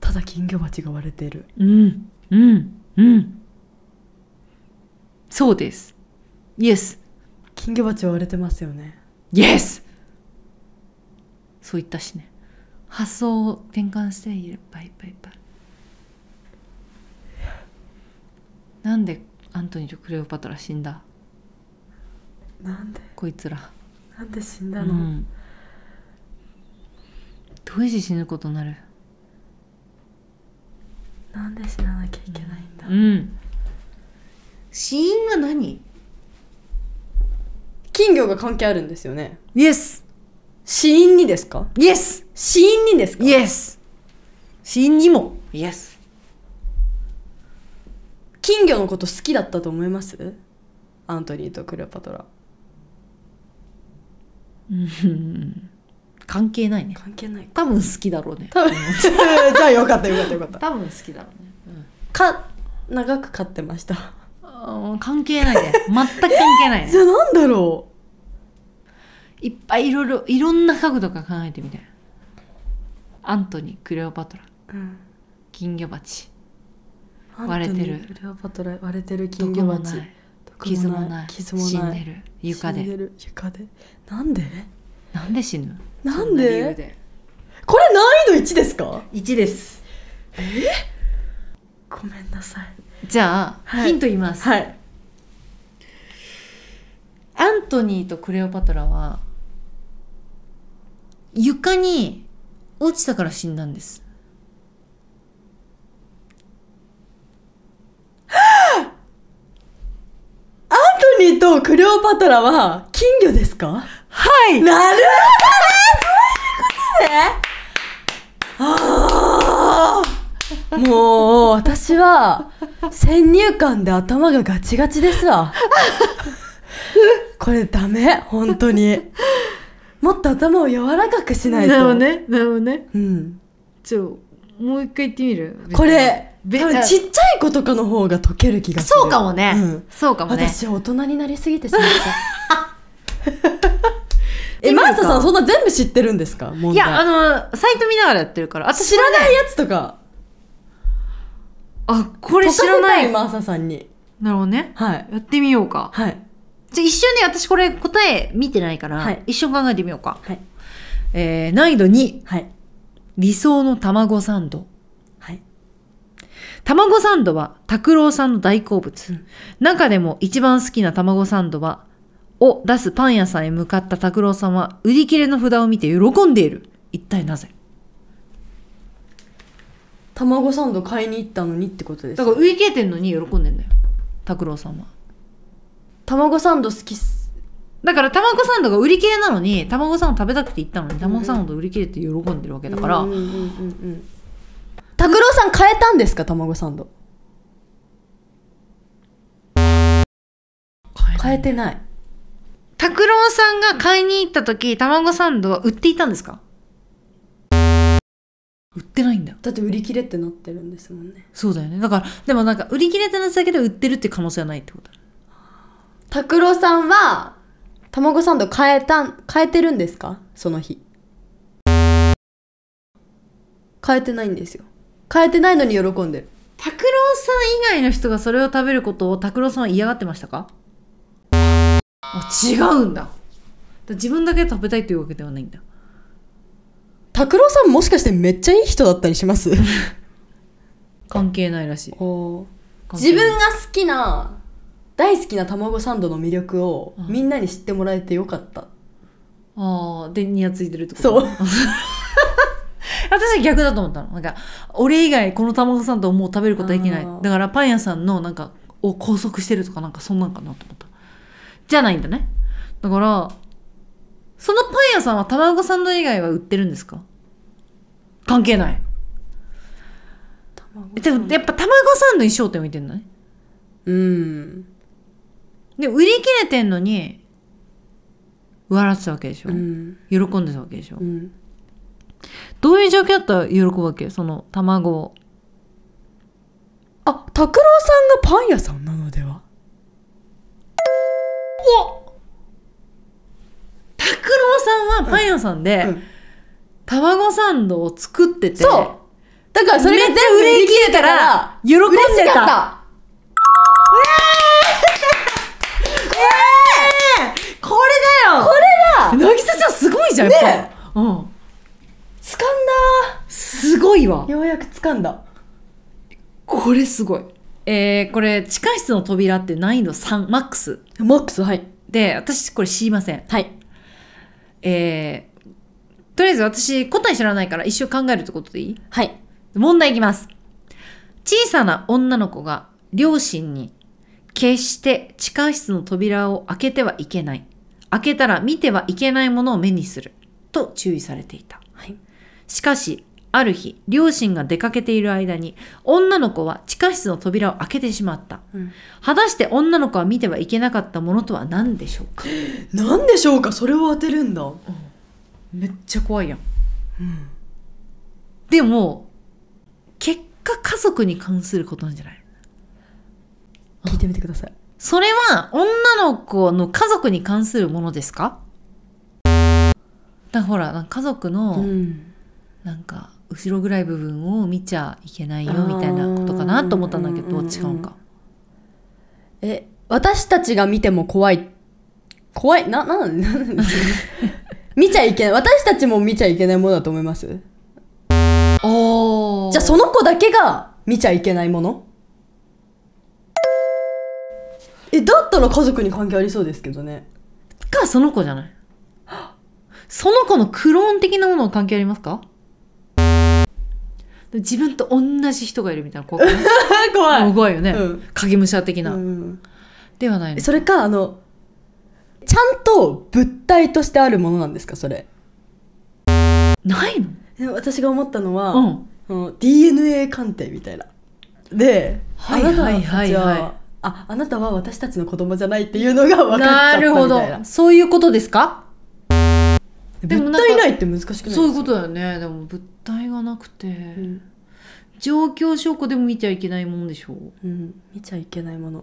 Speaker 2: ただ金魚鉢が割れてる
Speaker 1: うんうんうんそうですイエス
Speaker 2: 金魚鉢は割れてますよね
Speaker 1: イエスそう言ったしね発想を転換していっぱいいっぱいいっぱいなんでアントニーとクレオパトラ死んだ
Speaker 2: なんで
Speaker 1: こいつら
Speaker 2: なんで死んだ
Speaker 1: う
Speaker 2: の、
Speaker 1: ん、どうして死ぬことになる
Speaker 2: なんで死ななきゃいけないんだ、
Speaker 1: うん死因は何
Speaker 2: 金魚が関係あるんですよね
Speaker 1: イエス
Speaker 2: 死因にですか
Speaker 1: イエス
Speaker 2: 死因にですか
Speaker 1: イエス死因にもイエス
Speaker 2: 金魚のこと好きだったと思いますアントニーとクレオパトラ
Speaker 1: 関係ないね
Speaker 2: 関係ない
Speaker 1: 多分好きだろうね
Speaker 2: 多分 じゃあよかったよかったよかった
Speaker 1: 多分好きだろうね、
Speaker 2: か長く飼ってました
Speaker 1: うん、関係ないね全く関係ない
Speaker 2: じ
Speaker 1: ね
Speaker 2: ゃあなんだろ
Speaker 1: いっぱいいろいろいろんな角度から考えてみてアントニークレオパトラ
Speaker 2: う、
Speaker 1: 金魚鉢
Speaker 2: アントニー
Speaker 1: 割れて
Speaker 2: クレオパトラ割れてる
Speaker 1: ど
Speaker 2: 金
Speaker 1: こ
Speaker 2: 魚
Speaker 1: も
Speaker 2: 鉢
Speaker 1: ない
Speaker 2: どこ
Speaker 1: 傷もない
Speaker 2: 傷もない
Speaker 1: 死んでる床
Speaker 2: 死ん
Speaker 1: で
Speaker 2: る床でなんで
Speaker 1: なんで死ぬ
Speaker 2: なんでこれ難易度1ですか
Speaker 1: 1です
Speaker 2: ごめんなさい
Speaker 1: じゃあ、
Speaker 2: はい
Speaker 1: ヒント言います、
Speaker 2: はい
Speaker 1: アントニーとクレオパトラは床に落ちたから死んだんです
Speaker 2: アントニーとクレオパトラは金魚ですか
Speaker 1: はい
Speaker 2: なるほどねそういうことねああもう私は先入観で頭がガチガチですわこれダメ本当にもっと頭を柔らかくしないと
Speaker 1: なるほどねなるほどね
Speaker 2: うん、
Speaker 1: ちょもう一回言ってみる
Speaker 2: これ
Speaker 1: べ
Speaker 2: 多分ちっちゃい子とかの方が解ける気がする
Speaker 1: そうかもね、
Speaker 2: うん
Speaker 1: そうかもね
Speaker 2: 私大人になりすぎてしまった え
Speaker 1: 意味
Speaker 2: マ
Speaker 1: わかん
Speaker 2: ーサさんそんな全部知ってるんですか問題
Speaker 1: いやあのサイト見ながらやってるから私
Speaker 2: 知らないやつとか
Speaker 1: あこ
Speaker 2: こ
Speaker 1: れ知らないな
Speaker 2: マーサさんに
Speaker 1: るほどね
Speaker 2: はい
Speaker 1: やってみようか
Speaker 2: はい
Speaker 1: じゃあ一瞬ね私これ答え見てないから、
Speaker 2: はい
Speaker 1: 一瞬考えてみようか、
Speaker 2: はい
Speaker 1: えー、難易度2
Speaker 2: はい
Speaker 1: 理想の卵サンド
Speaker 2: はい
Speaker 1: 卵サンドは拓郎さんの大好物、中でも一番好きな卵サンドはを出すパン屋さんへ向かった拓郎さんは売り切れの札を見て喜んでいる一体なぜ
Speaker 2: 卵サンド買いに行ったのにってことです
Speaker 1: だから売り切れてんのに喜んでんだよ拓郎さんは
Speaker 2: 卵サンド好きっす
Speaker 1: だから卵サンドが売り切れなのに卵サンド食べたくて行ったのに卵サンド売り切れて喜んでるわけだから、
Speaker 2: うんうんうんうん拓郎さん変えたんですか卵サンド買えてない。
Speaker 1: 拓郎さんが買いに行った時卵サンドは売っていたんですか売ってないんだよ
Speaker 2: だって売り切れってなってるんですもんね。
Speaker 1: そうだよねだからでもなんか売り切れてるだけで売ってるって可能性はないってこと
Speaker 2: 拓郎さんは、卵サンド変えたん、変えてるんですかその日。変えてないんですよ。変えてないのに喜んでる。
Speaker 1: 拓郎さん以外の人がそれを食べることを拓郎さんは嫌がってましたかあ違うんだだから自分だけ食べたいというわけではないんだ
Speaker 2: 拓郎さんもしかしてめっちゃいい人だったりします
Speaker 1: 関係ないらしい
Speaker 2: お
Speaker 1: 関係
Speaker 2: 自
Speaker 1: ない
Speaker 2: 分が好きな、大好きな卵サンドの魅力を
Speaker 1: うん
Speaker 2: みんなに知ってもらえてよかった。
Speaker 1: ああでニヤついてるってこと
Speaker 2: そう
Speaker 1: 私は逆だと思ったのなんか俺以外この卵サンドをもう食べることはできな
Speaker 2: あ
Speaker 1: い
Speaker 2: ー
Speaker 1: だからパン屋さんのなんかを拘束してるとかなんかそんなんかなと思ったじゃないんだねだからそのパン屋さんは卵サンド以外は売ってるんですか関係ないでもやっぱ卵サンドに焦点置いてんのね
Speaker 2: うん。
Speaker 1: で売り切れてんのに笑ってたわけでしょ、
Speaker 2: うん。
Speaker 1: 喜んでたわけでしょ、
Speaker 2: うん。
Speaker 1: どういう状況だったら喜ぶわけその卵を
Speaker 2: あ、拓郎さんがパン屋さんなのでは
Speaker 1: 拓郎さんはパン屋さんで、
Speaker 2: うんうん
Speaker 1: 卵サンドを作ってて
Speaker 2: そうだからそれが全部売り切れたら、
Speaker 1: 喜んで
Speaker 2: 嬉しかったた
Speaker 1: これだよ
Speaker 2: これだ
Speaker 1: 渚ちゃんすごいじゃんやっぱ、
Speaker 2: ね
Speaker 1: うん
Speaker 2: 掴んだ
Speaker 1: すごいわ
Speaker 2: ようやく掴んだ。
Speaker 1: これすごいえー、これ地下室の扉って難易度3マックス
Speaker 2: マックス、はい。
Speaker 1: で私これ知りません
Speaker 2: はい。
Speaker 1: えー、とりあえず私答え知らないから一瞬考えるってことでいい
Speaker 2: はい。
Speaker 1: 問題いきます。小さな女の子が両親に決して地下室の扉を開けてはいけない。開けたら見てはいけないものを目にする。と注意されていた。
Speaker 2: はい。
Speaker 1: しかし、ある日、両親が出かけている間に、女の子は地下室の扉を開けてしまった。
Speaker 2: うん
Speaker 1: 果たして女の子は見てはいけなかったものとは何でしょうか
Speaker 2: なんでしょうかそれを当てるんだ。
Speaker 1: めっちゃ怖いやん。でも、結果家族に関することなんじゃない
Speaker 2: 聞いてみてください。
Speaker 1: それは女の子の家族に関するものですかだからほらなんか家族の
Speaker 2: ん。
Speaker 1: なんか後ろぐらい部分を見ちゃいけないよ
Speaker 2: あー
Speaker 1: みたいなことかなと思ったんだけ
Speaker 2: う
Speaker 1: ど
Speaker 2: んうんうん
Speaker 1: 違うんか
Speaker 2: え、私たちが見ても怖い。怖いな、な、な、な 見ちゃいけない。私たちも見ちゃいけないものだと思います
Speaker 1: お
Speaker 2: じゃあその子だけが見ちゃいけないものえだったら家族に関係ありそうですけどね
Speaker 1: かその子じゃないその子のクローン的なものは関係ありますか自分と同じ人がいるみたいな怖くない
Speaker 2: 怖
Speaker 1: もう怖いよね、
Speaker 2: うん
Speaker 1: 影武者的な、
Speaker 2: うん
Speaker 1: ではないの
Speaker 2: それかあのちゃんと物体としてあるものなんですかそれ
Speaker 1: ないの
Speaker 2: 私が思ったのは、
Speaker 1: うん
Speaker 2: あの DNA 鑑定みたいなで、
Speaker 1: はい
Speaker 2: あなたたち
Speaker 1: はいはいはい
Speaker 2: ああなたは私たちの子供じゃないっていうのが分かっちゃっ
Speaker 1: な
Speaker 2: たみたい
Speaker 1: る
Speaker 2: な
Speaker 1: ほどそういうことですかでも
Speaker 2: 物
Speaker 1: なんか
Speaker 2: 体ないって難しくないですか
Speaker 1: そういうことだよねでも物体がなくて、
Speaker 2: うん
Speaker 1: 状況証拠でも見ちゃいけないもんでしょう
Speaker 2: うん、見ちゃいけないもの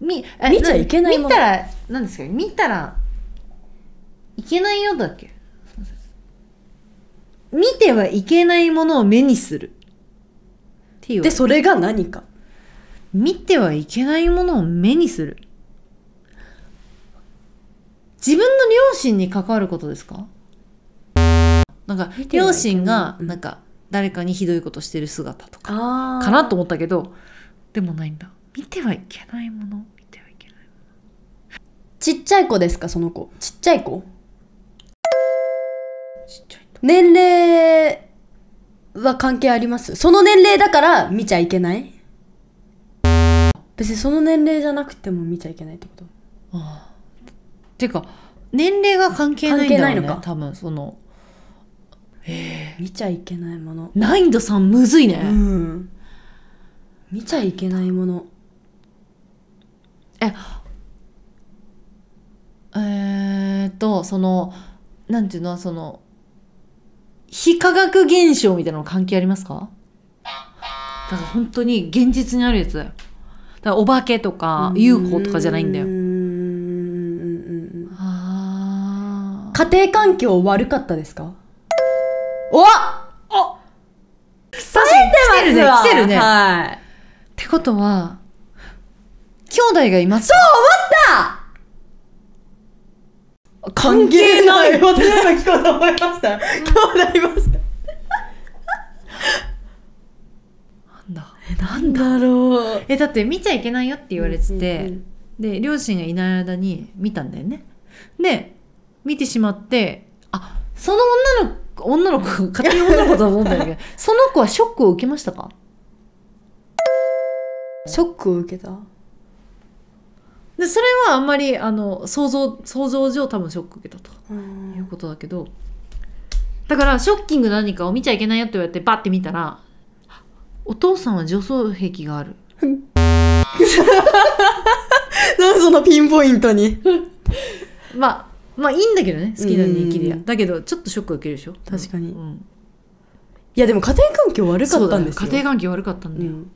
Speaker 1: 見え
Speaker 2: 見ちゃいけないもの
Speaker 1: 見たら何ですか見たらいけないよだっけすいません見てはいけないものを目にするっていう
Speaker 2: でそれが何か
Speaker 1: 見てはいけないものを目にする自分の両親に関わることですかなんか
Speaker 2: 見てはいけない
Speaker 1: 両親が
Speaker 2: うん
Speaker 1: なんか誰かにひどいことしてる姿とか
Speaker 2: あ
Speaker 1: かなと思ったけどでもないんだ見てはいけないもの見てはいけない
Speaker 2: ちっちゃい子ですかその子ちっちゃい子
Speaker 1: ちっちゃいと
Speaker 2: 年齢は関係ありますその年齢だから見ちゃいけない別にその年齢じゃなくても見ちゃいけないってこと
Speaker 1: ああてか年齢が関係ないん
Speaker 2: 関係
Speaker 1: だろうね
Speaker 2: ないのか
Speaker 1: 多分そのえ
Speaker 2: 見ちゃいけないもの
Speaker 1: ー、難易度さんむずいね、
Speaker 2: うん見ちゃいけないもの
Speaker 1: えーっとそのなんていうのその非科学現象みたいなの関係ありますかだから本当に現実にあるやつだよだからお化けとか UFO とかじゃないんだよ
Speaker 2: うーんうんうんうん
Speaker 1: あー
Speaker 2: 家庭環境悪かったですかおっ
Speaker 1: 確かに来てるね来てるね、
Speaker 2: はい。
Speaker 1: ってことは兄弟がいますか
Speaker 2: 関係ない私今聞こうと思いました。 兄弟いました。
Speaker 1: なんだ
Speaker 2: え、なんだろう。
Speaker 1: えだって見ちゃいけないよって言われてて、
Speaker 2: うんうんうん
Speaker 1: で両親がいない間に見たんだよねで見てしまってあその女の子女の子勝手に女の子だと思ったんだけ どその子はショックを受けましたか
Speaker 2: ショックを受けた
Speaker 1: でそれはあんまりあの想像想像上多分ショック受けたということだけどだからショッキングな何かを見ちゃいけないよって言われてバッて見たらお父さんは女装癖がある
Speaker 2: なんでそのピンポイントに。
Speaker 1: まあまあいいんだけどね好きなのに生きりゃ
Speaker 2: うん
Speaker 1: だけどちょっとショック受けるでしょ
Speaker 2: 確かに
Speaker 1: うん
Speaker 2: いやでも家庭環境悪かったんです
Speaker 1: そう
Speaker 2: よ。
Speaker 1: だよ家庭環境悪かったんだよ、
Speaker 2: うん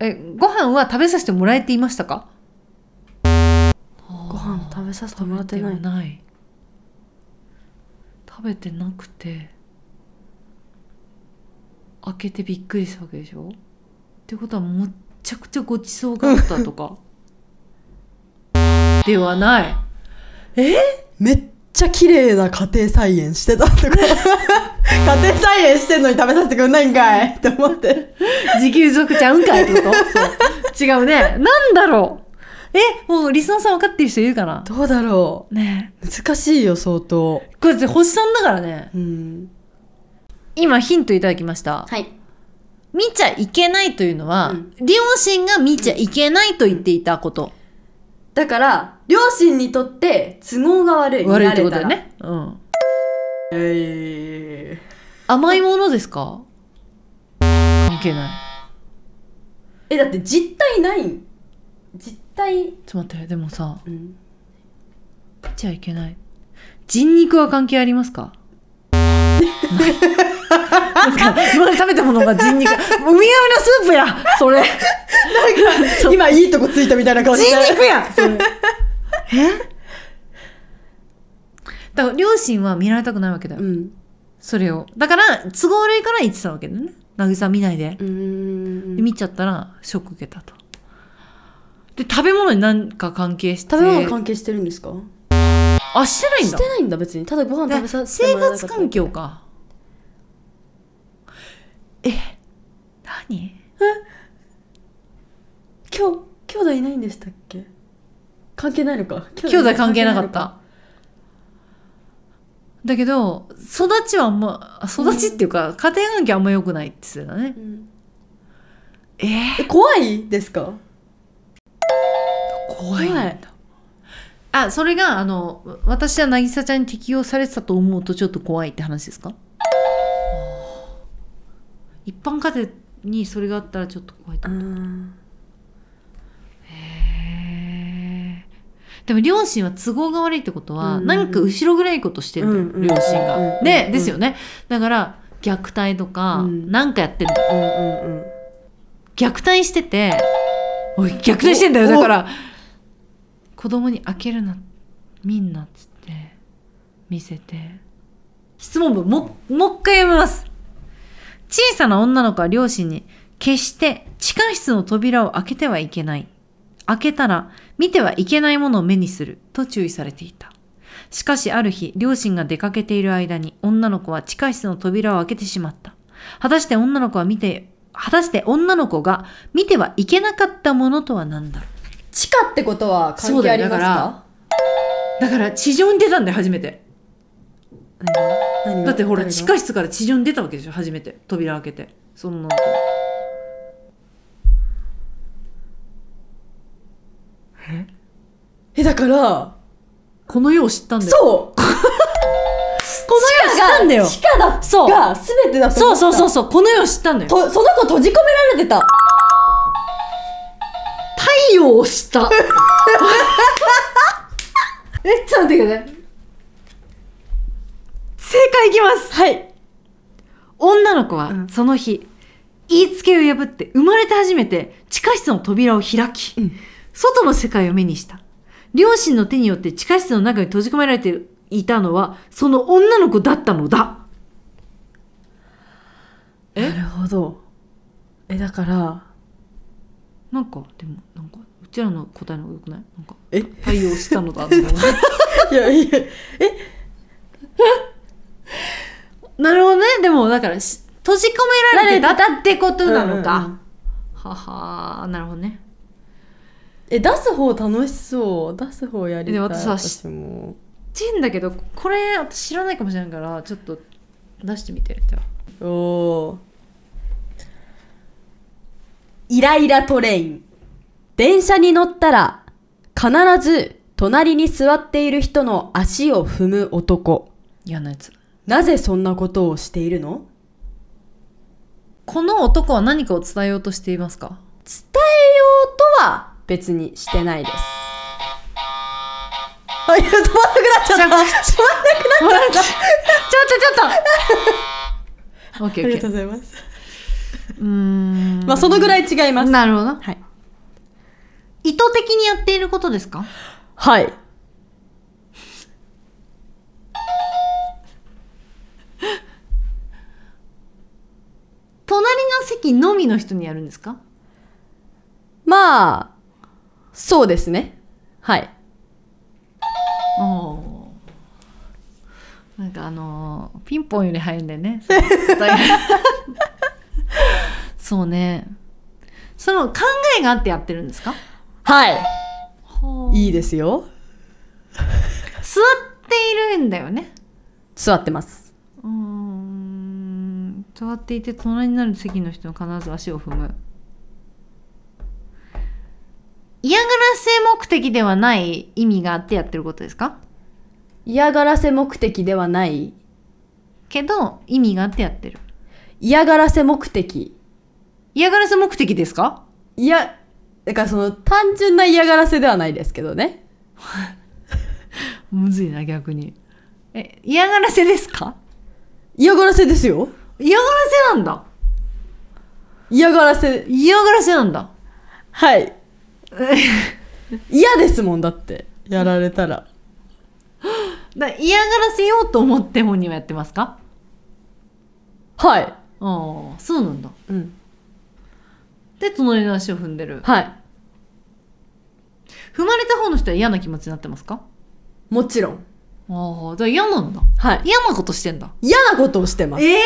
Speaker 1: えご飯は食べさせてもらえていましたか
Speaker 2: ご飯食べさせてもらってな
Speaker 1: 食べ
Speaker 2: い
Speaker 1: て。ない食べてなくて開けてびっくりしたわけでしょってことはむっちゃくちゃごちそうがあった とかではない
Speaker 2: めっちゃ綺麗な家庭菜園してた とか。家庭菜園してんのに食べさせてくんないんかいって思って。
Speaker 1: 自給自足ちゃうんかいってこと違うねなんだろうえもうリスナーさん分かってる人いるかな
Speaker 2: どうだろ
Speaker 1: ね
Speaker 2: う。難しいよ、相当。
Speaker 1: えこれ星さんだからね
Speaker 2: うん。
Speaker 1: 今ヒントいただきました、
Speaker 2: はい。
Speaker 1: 見ちゃいけないというのは、
Speaker 2: うん
Speaker 1: 両親が見ちゃいけないと言っていたこと、
Speaker 2: だから、両親にとって都合が悪い。
Speaker 1: 悪いってこ
Speaker 2: 見
Speaker 1: とだ
Speaker 2: られ
Speaker 1: よ
Speaker 2: たら。
Speaker 1: ね、うん、
Speaker 2: えー
Speaker 1: 甘いものですか関係ない
Speaker 2: え、だって実体ないん実体。
Speaker 1: ちょっと待ってでもさ
Speaker 2: うん。
Speaker 1: 見ちゃいけない人肉は関係ありますかなんか今まで食べたものが人肉ウミガメのスープやそれそう
Speaker 2: 今いいとこついたみたいな顔して。
Speaker 1: 人肉やそれえだから両親は見られたくないわけだよ、
Speaker 2: うん。
Speaker 1: それをだから都合悪いから言ってたわけだよね渚見ないで、
Speaker 2: うーん
Speaker 1: で見ちゃったらショック受けたとで食べ物に何か関係して
Speaker 2: 食べ物関係してるんですか
Speaker 1: あしてないん
Speaker 2: し
Speaker 1: だ
Speaker 2: てないんだ別にただご飯食べさ
Speaker 1: で
Speaker 2: せて
Speaker 1: 生
Speaker 2: もらえなか
Speaker 1: 活
Speaker 2: った
Speaker 1: 環境かえ何
Speaker 2: 今日兄弟いないんでしたっけ関係ないのか兄
Speaker 1: 兄弟関係なかっただけど育ちはあんま育ちっていうか、家庭環境あんま良くないって言ってたね
Speaker 2: うん
Speaker 1: えー
Speaker 2: え怖いですか
Speaker 1: 怖いんだあそれがあのわ私は渚ちゃんに適用されてたと思うとちょっと怖いって話ですか一般家庭にそれがあったらちょっと怖いと
Speaker 2: う
Speaker 1: 思うんへーでも両親は都合が悪いってことは
Speaker 2: うん
Speaker 1: 何か後ろ暗いことしてる
Speaker 2: うん
Speaker 1: ん
Speaker 2: うん
Speaker 1: だよ両親が
Speaker 2: うんう
Speaker 1: ね
Speaker 2: ん
Speaker 1: ですよねだから虐待とか
Speaker 2: うん
Speaker 1: 何かやってんだよ
Speaker 2: うんうん
Speaker 1: 虐待してておい虐待してんだよ
Speaker 2: お
Speaker 1: だから子供に開けるなみんなっつって見せて質問文ももう一回読みます小さな女の子は両親に決して地下室の扉を開けてはいけない開けたら見てはいけないものを目にすると注意されていたしかしある日両親が出かけている間に女の子は地下室の扉を開けてしまった果たして女の子は見て果たして女の子が見てはいけなかったものとは何だろう
Speaker 2: 地下ってことは
Speaker 1: そ
Speaker 2: 関
Speaker 1: う
Speaker 2: 係
Speaker 1: だ
Speaker 2: あ
Speaker 1: よ
Speaker 2: ります
Speaker 1: だ
Speaker 2: か
Speaker 1: だから地上に出たんだよ初めて
Speaker 2: 何が
Speaker 1: だってほら
Speaker 2: 誰が
Speaker 1: 地下室から地上に出たわけでしょ初めて扉開けてその
Speaker 2: えだから
Speaker 1: この世を知ったんだよ
Speaker 2: そうこの
Speaker 1: 地下したんだよ
Speaker 2: 地下だ
Speaker 1: そう
Speaker 2: が全てだと
Speaker 1: そ
Speaker 2: 思っ
Speaker 1: う
Speaker 2: た
Speaker 1: そうそうそうこの世を知ったんだよ
Speaker 2: とその子閉じ込められてた
Speaker 1: 太陽を知った
Speaker 2: え
Speaker 1: えちょっと待ってください正解いきます
Speaker 2: はい。
Speaker 1: 女の子は
Speaker 2: うん
Speaker 1: その日、言いつけを破って生まれて初めて地下室の扉を開き、
Speaker 2: うん
Speaker 1: 外の世界を目にした両親の手によって地下室の中に閉じ込められていたのはその女の子だったのだえ
Speaker 2: なるほど。え、だから、
Speaker 1: なんかでもなんかうちらの答えの方がよくないなんか
Speaker 2: え
Speaker 1: 対応したのだ と思う
Speaker 2: いやいや、
Speaker 1: なるほどねでもだからし閉じ込められてたってことなのか、
Speaker 2: うんうんうん
Speaker 1: ははなるほどね
Speaker 2: え、出す方楽しそう。出す方やりたい。
Speaker 1: で私は
Speaker 2: 私も。
Speaker 1: ちんだけどこれ私知らないかもしれないからちょっと出してみてじゃあ
Speaker 2: おお。イライラトレイン。電車に乗ったら、必ず隣に座っている人の足を踏む男。
Speaker 1: 嫌なやつ
Speaker 2: なぜそんなことをしているの
Speaker 1: この男は何かを伝えようとしていますか
Speaker 2: 伝えようとは別にしてない です。あ、いや、止まんなくなっちゃった。止まんな くなっ
Speaker 1: ちょっとちょっとオッ
Speaker 2: た。
Speaker 1: ケーオッケー
Speaker 2: うございます。
Speaker 1: うーん
Speaker 2: まあ、そのぐらい違います。
Speaker 1: なるほど
Speaker 2: はい。
Speaker 1: 意図的にやっていることですか
Speaker 2: はい。
Speaker 1: 隣の席のみの人にやるんですか
Speaker 2: まあ、そうですね。はい。
Speaker 1: おーなんかあのーピンポンより早いんだよね。そうそうね。その考えがあってやってるんですか
Speaker 2: はい。いいですよ。
Speaker 1: 座っているんだよね。
Speaker 2: 座ってます。
Speaker 1: うーん座っていて隣になる席の人の必ず足を踏む嫌がらせ目的ではない意味があってやってることですか
Speaker 2: 嫌がらせ目的ではない。
Speaker 1: けど意味があってやってる
Speaker 2: 嫌がらせ目的。
Speaker 1: 嫌がらせ目的ですか
Speaker 2: いや、だからその単純な嫌がらせではないですけどね。
Speaker 1: むずいな逆にえ嫌がらせですか
Speaker 2: 嫌がらせですよ。
Speaker 1: 嫌がらせなんだ
Speaker 2: 嫌がらせ。
Speaker 1: 嫌がらせなんだ
Speaker 2: はい。嫌ですもんだって。やられたら。
Speaker 1: だ嫌がらせようと思って本人はやってますか
Speaker 2: はい。
Speaker 1: ああそうなんだ
Speaker 2: うん。
Speaker 1: で隣の足を踏んでる
Speaker 2: はい。
Speaker 1: 踏まれた方の人は嫌な気持ちになってますか
Speaker 2: もちろん。
Speaker 1: ああ、じゃあ嫌なんだ。
Speaker 2: はい。
Speaker 1: 嫌なことしてんだ。
Speaker 2: 嫌なことをしてます。
Speaker 1: ええ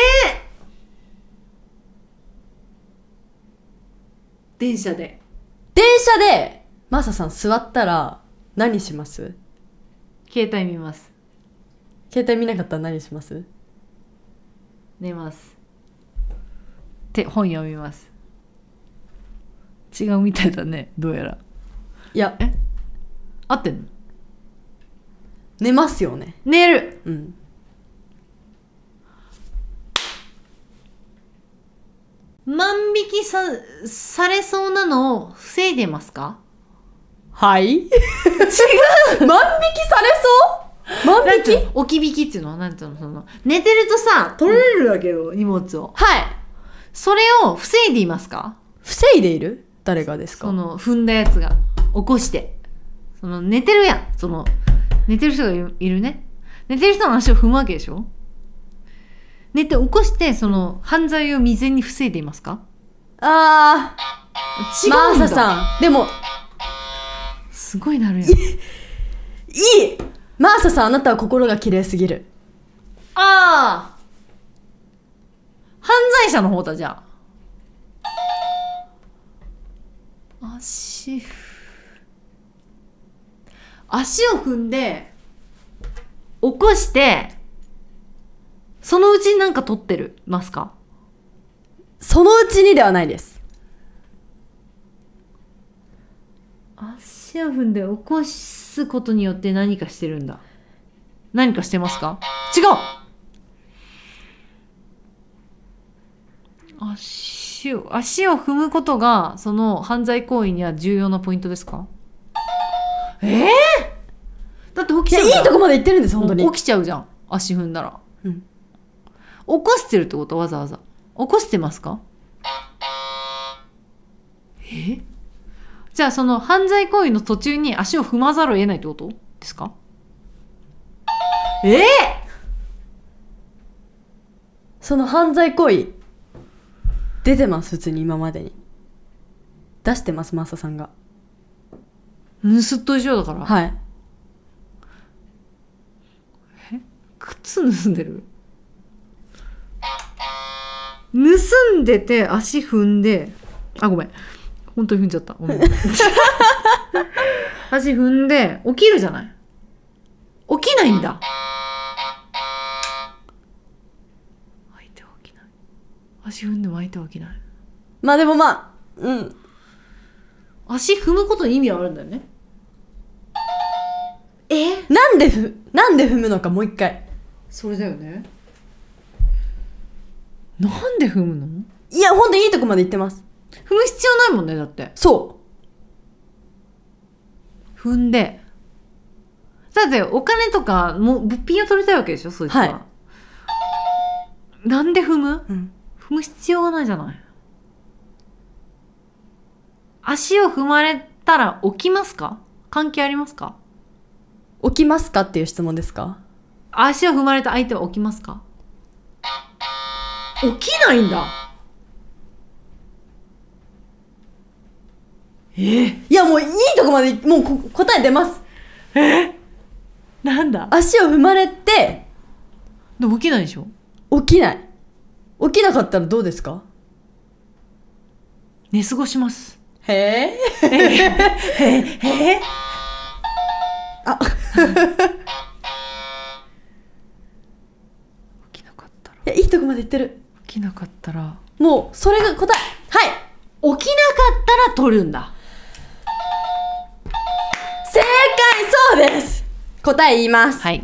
Speaker 1: 電車で。
Speaker 2: 電車で、マサさん座ったら、何します
Speaker 1: 携帯見ます。
Speaker 2: 携帯見なかったら何します
Speaker 1: 寝ます。て、本読みます。違うみたいだね、どうやら。
Speaker 2: いや、
Speaker 1: 合ってんの
Speaker 2: 寝ますよね。
Speaker 1: 寝る
Speaker 2: うん。
Speaker 1: 万引きさ、されそうなのを防いでますか
Speaker 2: はい違う 万引きされそう万
Speaker 1: なん
Speaker 2: 引
Speaker 1: てい
Speaker 2: き
Speaker 1: うの置き引きっていうのは、なんていうのその、寝てるとさ、取られるわけよ、荷物を。
Speaker 2: はい。
Speaker 1: それを防いでいますか
Speaker 2: 防いでいる誰がです
Speaker 1: そ
Speaker 2: か
Speaker 1: の踏んだやつが起こしてその寝てるやんその寝てる人がいるいるね寝てる人の足を踏むわけでしょ寝て起こしてその犯罪を未然に防いでいますか
Speaker 2: あー、
Speaker 1: 違
Speaker 2: マ
Speaker 1: うんだ
Speaker 2: ーサさん。でも、
Speaker 1: すごいなるやん
Speaker 2: いいマーサさん、あなたは心が綺麗すぎる。
Speaker 1: ああ犯罪者の方だじゃあ足ふ足を踏んで起こしてそのうちになんか取ってるますか
Speaker 2: そのうちにではないです。
Speaker 1: 足を踏んで起こすことによって何かしてるんだ何かしてますか違う足を足を踏むことがその犯罪行為には重要なポイントですかええだって起
Speaker 2: い
Speaker 1: きち
Speaker 2: や
Speaker 1: ゃう
Speaker 2: い
Speaker 1: じゃん
Speaker 2: いとこまで行ってるんです本当に
Speaker 1: 起きちゃうじゃん足踏んだら、
Speaker 2: うん
Speaker 1: 起こしてるってことわざわざ起こしてますかえじゃあその犯罪行為の途中に足を踏まざるを得ないってことですかええ
Speaker 2: その犯罪行為出てます普通に今までに出してますマサさんが
Speaker 1: 盗っ人一緒だから
Speaker 2: はい
Speaker 1: 靴盗んでる盗んでて足踏んであごめん本当に踏んじゃったごめん 足踏んで起きるじゃない起きないんだ相手は起きない足踏んでも相手は起きない
Speaker 2: まあでもまあうん
Speaker 1: 足踏むことに意味はあるんだよねえ
Speaker 2: なんでふなんで踏むのかもう一回
Speaker 1: それだよねなんで踏むの
Speaker 2: いや本当にいいとこまで行ってます
Speaker 1: 踏む必要ないもんねだって
Speaker 2: そ
Speaker 1: 踏んでだってお金とかも物品を取りたいわけでしょそいつは、
Speaker 2: は
Speaker 1: なんで踏む
Speaker 2: う、うん、
Speaker 1: 踏む必要がないじゃない足を踏まれたら起きますか関係ありますか
Speaker 2: 起きますかっていう質問ですか
Speaker 1: 足を踏まれた相手は起きますか起きないんだええ
Speaker 2: いやもういいとこまでいもうこ答え出ます
Speaker 1: なんだ
Speaker 2: 足を踏まれて
Speaker 1: でも起きないでしょ
Speaker 2: 起きない起きなかったらどうですか
Speaker 1: 寝過ごします
Speaker 2: へえ
Speaker 1: ええ
Speaker 2: あ
Speaker 1: 起きなかったら
Speaker 2: いやいいとこまで行ってる
Speaker 1: 起きなかったら
Speaker 2: もうそれが答えはい
Speaker 1: 起きなかったら取るんだ
Speaker 2: 正解そうです答え言います、
Speaker 1: はい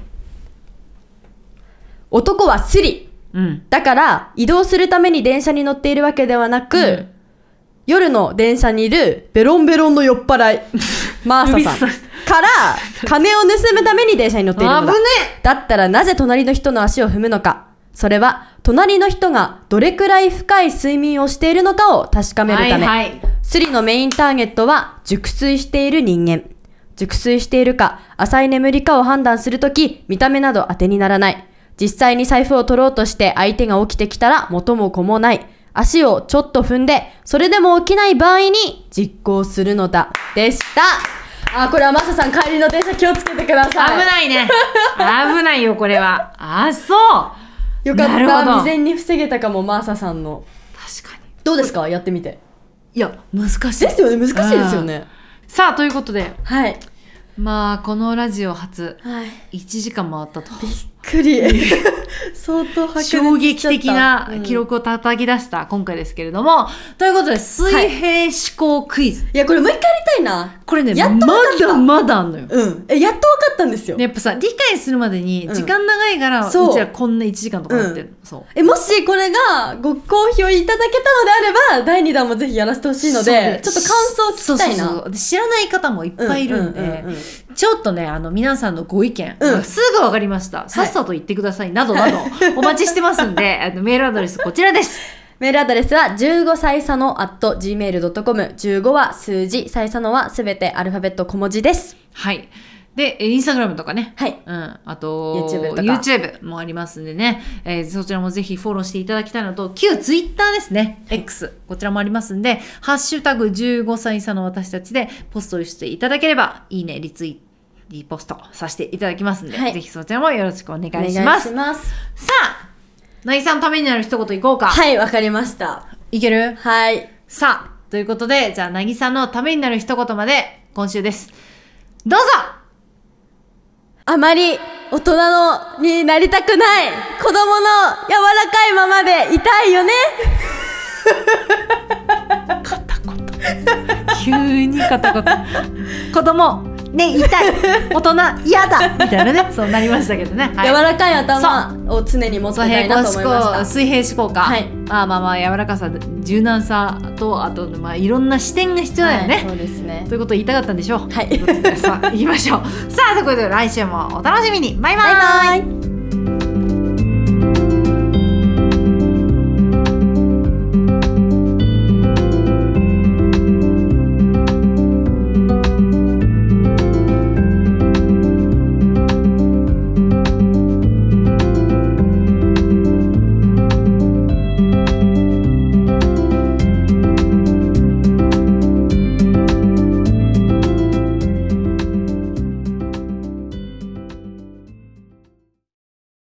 Speaker 2: 男はスリ
Speaker 1: うん
Speaker 2: だから移動するために電車に乗っているわけではなく、
Speaker 1: うん
Speaker 2: 夜の電車にいるベロンベロンの酔っ払い マーサさん
Speaker 1: 指
Speaker 2: から金を盗むために電車に乗っているのだ
Speaker 1: 危ね
Speaker 2: だったらなぜ隣の人の足を踏むのかそれは隣の人がどれくらい深い睡眠をしているのかを確かめるため、
Speaker 1: はいはい
Speaker 2: スリのメインターゲットは熟睡している人間。熟睡しているか浅い眠りかを判断するとき、見た目など当てにならない。実際に財布を取ろうとして相手が起きてきたら元も子もない。足をちょっと踏んで、それでも起きない場合に実行するのだ。でした。あー、これはマサさん帰りの電車気をつけてくだ
Speaker 1: 危
Speaker 2: さい。
Speaker 1: な いね危ないよこれはあそう
Speaker 2: よか
Speaker 1: なる
Speaker 2: っ
Speaker 1: ほど
Speaker 2: た。未然に防げたかも、マーサさんの。
Speaker 1: 確かに
Speaker 2: どうですかやってみて。
Speaker 1: いや難しい
Speaker 2: ですよね、難しいですよね。
Speaker 1: さあということで
Speaker 2: はい。
Speaker 1: まあこのラジオ初
Speaker 2: はい。
Speaker 1: 1時間回ったと
Speaker 2: びっくり 相当白熱しちゃった
Speaker 1: 衝撃的な記、録を叩き出した今回ですけれども、ということで水平思考クイズ、
Speaker 2: うんいやこれもう一回やりたいな
Speaker 1: これね
Speaker 2: やっと
Speaker 1: ま
Speaker 2: わかった
Speaker 1: だまだあんのよ
Speaker 2: うんえやっと分かったんですよ、
Speaker 1: でやっぱさ理解するまでに
Speaker 2: うん
Speaker 1: 時間長いから、う
Speaker 2: そう
Speaker 1: ちらこんな1時間とかなってる、そう
Speaker 2: えもしこれがご好評いただけたのであれば第2弾もぜひやらせてほしいの
Speaker 1: そう
Speaker 2: でちょっと感想聞きたいな
Speaker 1: そうそうそうで知らない方もいっぱいいるんで、
Speaker 2: ううううん
Speaker 1: ちょっとねあの皆さんのご意見、
Speaker 2: うん
Speaker 1: すぐ分かりましたさっさと言ってください、など などお待ちしてますんであのメールアドレスこちらです
Speaker 2: メールアドレスは15歳差の at gmail.com 15は数字歳差のはすべてアルファベット小文字です
Speaker 1: はいでえインスタグラムとかね
Speaker 2: はい
Speaker 1: うん、あと
Speaker 2: YouTube とか
Speaker 1: YouTube もありますんでね、えーそちらもぜひフォローしていただきたいのと旧 Twitter ですね X こちらもありますんで「ハッシュタグ #15 歳差の私たち」でポストしていただければいいねリツイリポストさせていただきますんで、
Speaker 2: はい
Speaker 1: ぜひそちらもよろしくお願いします
Speaker 2: お願いします
Speaker 1: さあなぎさんのためになる一言いこうか、
Speaker 2: はいわかりました
Speaker 1: い、ける
Speaker 2: はい
Speaker 1: さあということでじゃあなぎさんのためになる一言まで今週ですどうぞ
Speaker 2: あまり大人のになりたくない子供の柔らかいままでいたいよね
Speaker 1: 急に片言 子供ね痛い 大人嫌だみたいなねそうなりましたけどね、はい、
Speaker 2: 柔らかい頭を常に持って
Speaker 1: そ
Speaker 2: た
Speaker 1: う平
Speaker 2: いなと思いま
Speaker 1: 行思考
Speaker 2: し
Speaker 1: 水平思考
Speaker 2: た
Speaker 1: か、
Speaker 2: はい
Speaker 1: まあまあまあ柔らかさ柔軟さとあとまあいろんな視点が必要だよね、
Speaker 2: はいそうですね
Speaker 1: ということを言いたかったんでしょう
Speaker 2: はい
Speaker 1: ということでさあ行きましょうさあということで来週もお楽しみにバイバイ
Speaker 2: バイバイ